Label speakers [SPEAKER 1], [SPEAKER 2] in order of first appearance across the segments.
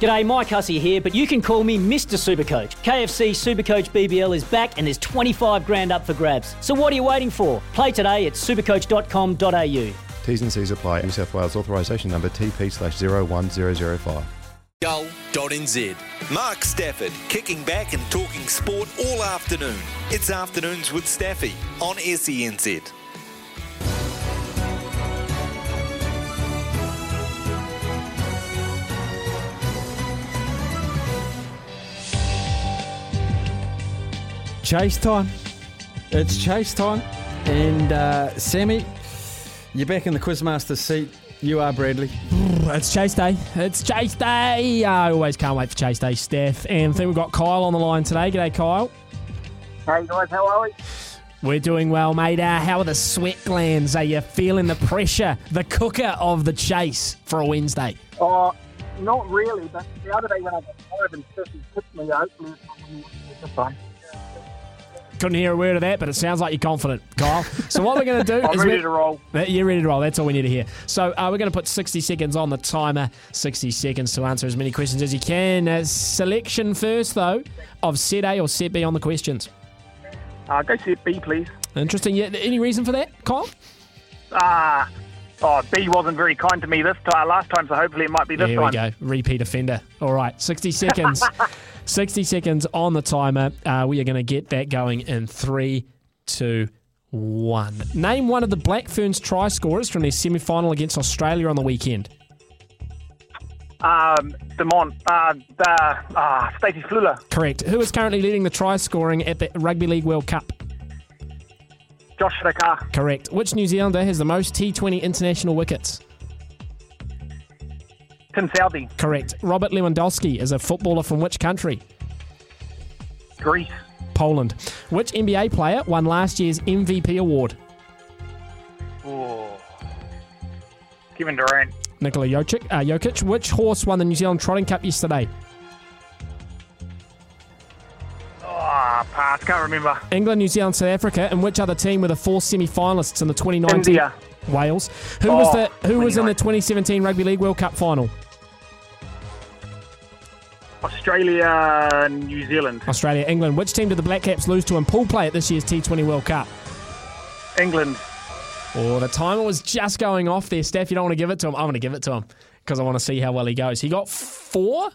[SPEAKER 1] G'day, Mike Hussey here, but you can call me Mr. Supercoach. KFC Supercoach BBL is back and there's 25 grand up for grabs. So what are you waiting for? Play today at supercoach.com.au.
[SPEAKER 2] T's and C's apply. New South Wales authorisation number TP slash 01005.
[SPEAKER 3] Goal.nz. Mark Stafford kicking back and talking sport all afternoon. It's Afternoons with Staffy on E SENZ.
[SPEAKER 4] Chase time. It's chase time. And uh, Sammy, you're back in the Quizmaster seat. You are Bradley.
[SPEAKER 5] It's Chase Day. It's Chase Day. I always can't wait for Chase Day, Steph. And I think we've got Kyle on the line today. G'day, Kyle.
[SPEAKER 6] Hey guys, how are we?
[SPEAKER 5] We're doing well, mate. Uh, how are the sweat glands? Are you feeling the pressure, the cooker of the chase for a Wednesday?
[SPEAKER 6] Oh, not really, but the other day when I got tired and Steffi kicked me, hopefully it's a fun.
[SPEAKER 5] Couldn't hear a word of that, but it sounds like you're confident, Kyle. So what we're going to do
[SPEAKER 6] I'm
[SPEAKER 5] is
[SPEAKER 6] ready
[SPEAKER 5] we-
[SPEAKER 6] to roll.
[SPEAKER 5] That- You're ready to roll. That's all we need to hear. So uh, we're going to put 60 seconds on the timer. 60 seconds to answer as many questions as you can. Uh, selection first, though, of set A or set B on the questions.
[SPEAKER 6] Uh, go see B, please.
[SPEAKER 5] Interesting. Yeah, any reason for that, Kyle?
[SPEAKER 6] Ah, oh, B wasn't very kind to me this time, last time, so hopefully it might be this
[SPEAKER 5] There we
[SPEAKER 6] time.
[SPEAKER 5] go. Repeat offender. All right, 60 seconds. 60 seconds on the timer. Uh, we are going to get that going in three, two, one. Name one of the Black Ferns try scorers from their semi final against Australia on the weekend.
[SPEAKER 6] Um, Demont, uh, the, uh, Stacey Flula,
[SPEAKER 5] Correct. Who is currently leading the try scoring at the Rugby League World Cup?
[SPEAKER 6] Josh Raka,
[SPEAKER 5] Correct. Which New Zealander has the most T20 international wickets?
[SPEAKER 6] Tim Southey,
[SPEAKER 5] Correct. Robert Lewandowski is a footballer from which country?
[SPEAKER 6] Greece,
[SPEAKER 5] Poland. Which NBA player won last year's MVP award?
[SPEAKER 6] Ooh. Oh. Kevin Durant,
[SPEAKER 5] Nikola Jokic. Uh, Jokic. Which horse won the New Zealand Trotting Cup yesterday?
[SPEAKER 6] ah, pass, can't remember.
[SPEAKER 5] England, New Zealand, South Africa, and which other team were the four semi-finalists in the 2019
[SPEAKER 6] India,
[SPEAKER 5] Wales? Who was
[SPEAKER 6] Oh,
[SPEAKER 5] the Who was in the
[SPEAKER 6] 29.
[SPEAKER 5] 2017 Rugby League World Cup final?
[SPEAKER 6] Australia, New Zealand,
[SPEAKER 5] Australia, England. Which team did the Black Caps lose to in pool play at this year's T20 World Cup?
[SPEAKER 6] England.
[SPEAKER 5] Oh, the timer was just going off there, Steph. You don't want to give it to him. I'm going to give it to him because I want to see how well he goes. He got four.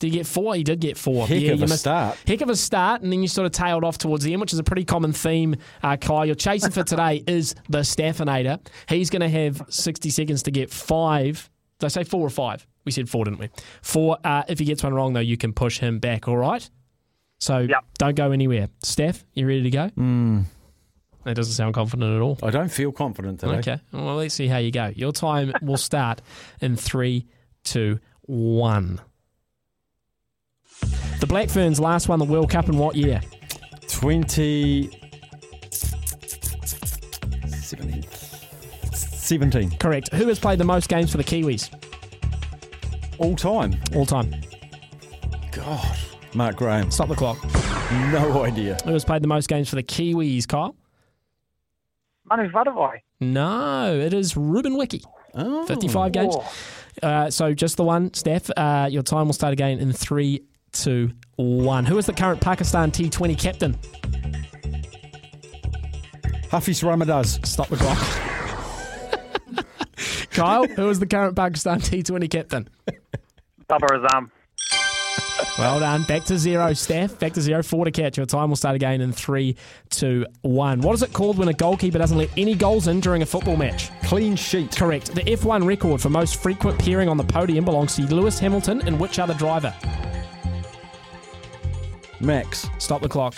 [SPEAKER 5] Did he get four? He did get four.
[SPEAKER 4] Heck
[SPEAKER 5] yeah,
[SPEAKER 4] of
[SPEAKER 5] you
[SPEAKER 4] a
[SPEAKER 5] missed-
[SPEAKER 4] start.
[SPEAKER 5] Heck of a start, and then you sort of tailed off towards the end, which is a pretty common theme, uh, Kyle. Your chasing for today is the Staffinator. He's going to have 60 seconds to get five. Did I say four or five? We said four, didn't we? Four. Uh, if he gets one wrong, though, you can push him back, all right? So
[SPEAKER 6] Yep.
[SPEAKER 5] don't go anywhere. Steph, you ready to go?
[SPEAKER 4] Hmm.
[SPEAKER 5] That doesn't sound confident at all.
[SPEAKER 4] I don't feel confident today.
[SPEAKER 5] Okay. Well, let's see how you go. Your time will start in three, two, one. The Black Ferns last won the World Cup in what year?
[SPEAKER 4] 20. 17. 17.
[SPEAKER 5] Correct. Who has played the most games for the Kiwis
[SPEAKER 4] All time.
[SPEAKER 5] all time?
[SPEAKER 4] God. Mark Graham.
[SPEAKER 5] Stop the clock.
[SPEAKER 4] No idea.
[SPEAKER 5] Who has played the most games for the Kiwis, Kyle?
[SPEAKER 6] Manu Vadavai.
[SPEAKER 5] No, it is Ruben Wiki.
[SPEAKER 4] Oh.
[SPEAKER 5] 55 games.
[SPEAKER 6] Oh.
[SPEAKER 5] Uh, so just the one, Steph. Uh, your time will start again in three, two, one. Who is the current Pakistan T20 captain?
[SPEAKER 4] Hafiz Ramadaz.
[SPEAKER 5] Stop the clock. Kyle, who is the current Pakistan T20 captain?
[SPEAKER 6] Babar Azam.
[SPEAKER 5] Well done. Back to zero, Steph. Back to zero. Four to catch. Your time will start again in three, two, one. What is it called when a goalkeeper doesn't let any goals in during a football match?
[SPEAKER 4] Clean sheet.
[SPEAKER 5] Correct. The F1 record for most frequent pairing on the podium belongs to Lewis Hamilton and which other driver?
[SPEAKER 4] Max.
[SPEAKER 5] Stop the clock.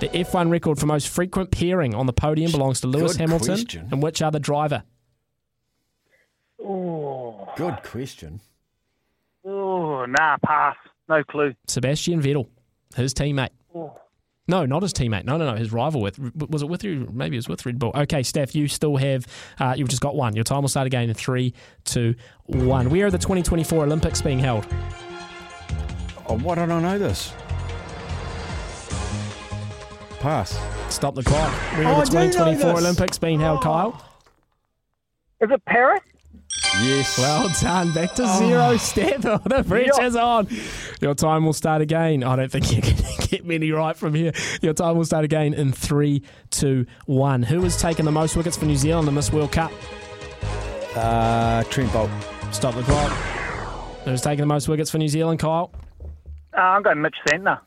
[SPEAKER 5] The F1 record for most frequent pairing on the podium belongs to Lewis
[SPEAKER 4] Good
[SPEAKER 5] Hamilton
[SPEAKER 4] question.
[SPEAKER 5] and which other driver?
[SPEAKER 4] Good question.
[SPEAKER 6] Ooh. going, nah, pass. No clue.
[SPEAKER 5] Sebastian Vettel, his teammate.
[SPEAKER 6] Oh.
[SPEAKER 5] No, not his teammate. No, no, no. His rival with was it with you? Maybe it was with Red Bull. Okay, Steph, you still have. Uh, you've just got one. Your time will start again in three, two, one. Where are the 2024 Olympics being held?
[SPEAKER 4] Oh, why don't I know this? Pass.
[SPEAKER 5] Stop the clock. Where are
[SPEAKER 4] Oh, I
[SPEAKER 5] the
[SPEAKER 4] do know
[SPEAKER 5] 2024
[SPEAKER 4] this.
[SPEAKER 5] Olympics being held, Kyle?
[SPEAKER 6] Is it Paris?
[SPEAKER 4] Yes.
[SPEAKER 5] Well done. Back to
[SPEAKER 4] Oh.
[SPEAKER 5] zero, Steph. Oh, The bridge is on. Your time will start again. I don't think you can get many right from here. Your time will start again in three, two, one. Who has taken the most wickets for New Zealand in this World Cup?
[SPEAKER 4] uh, Trent Bolt.
[SPEAKER 5] Stop the clock. Who's taking the most wickets for New Zealand, Kyle?
[SPEAKER 6] Uh, I'm going Mitch Santner.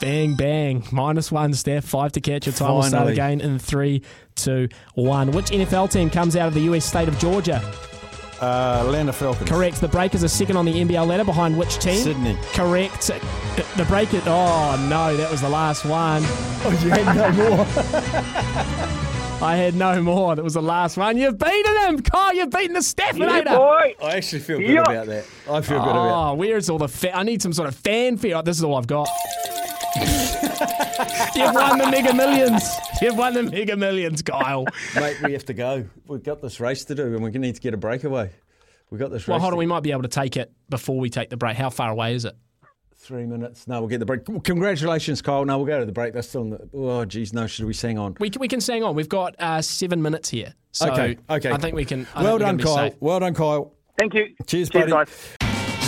[SPEAKER 5] Bang, bang. Minus one, Steph. Five to catch. Your time will start
[SPEAKER 4] Finally.
[SPEAKER 5] again in three, two, one. Which NFL team comes out of the US state of Georgia?
[SPEAKER 4] Uh, Atlanta Falcons.
[SPEAKER 5] Correct. The Breakers are second on the NBL ladder behind which team?
[SPEAKER 4] Sydney.
[SPEAKER 5] Correct. The Breakers. Oh, no. That was the last one.
[SPEAKER 4] Oh, you had no more.
[SPEAKER 5] I had no more. That was the last one. You've beaten him. Kyle, you've beaten the Stephanator.
[SPEAKER 6] Yeah, boy.
[SPEAKER 4] I actually feel good
[SPEAKER 6] Yuck.
[SPEAKER 4] about that. I feel good about
[SPEAKER 5] Oh, where's all the fa- I need some sort of fanfare. Oh, This is all I've got. You've won the mega millions. You've won the mega millions, Kyle.
[SPEAKER 4] it. Mate, we have to go. We've got this race to do and we need to get a breakaway. We've got this
[SPEAKER 5] Well,
[SPEAKER 4] race.
[SPEAKER 5] hold
[SPEAKER 4] to-
[SPEAKER 5] on. We might be able to take it before we take the break. How far away is it?
[SPEAKER 4] Three minutes. No, we'll get the break. Well, Congratulations, Kyle. No, we'll go to the break. That's still in the. Oh, geez, no. Should we sing on?
[SPEAKER 5] We can, we can sing on. We've got uh, seven minutes here. So
[SPEAKER 4] okay, okay.
[SPEAKER 5] I think we can. I
[SPEAKER 4] well done,
[SPEAKER 5] think we're gonna be
[SPEAKER 4] Kyle.
[SPEAKER 5] safe.
[SPEAKER 4] Well done, Kyle.
[SPEAKER 6] Thank you.
[SPEAKER 4] Cheers, buddy.
[SPEAKER 6] guys.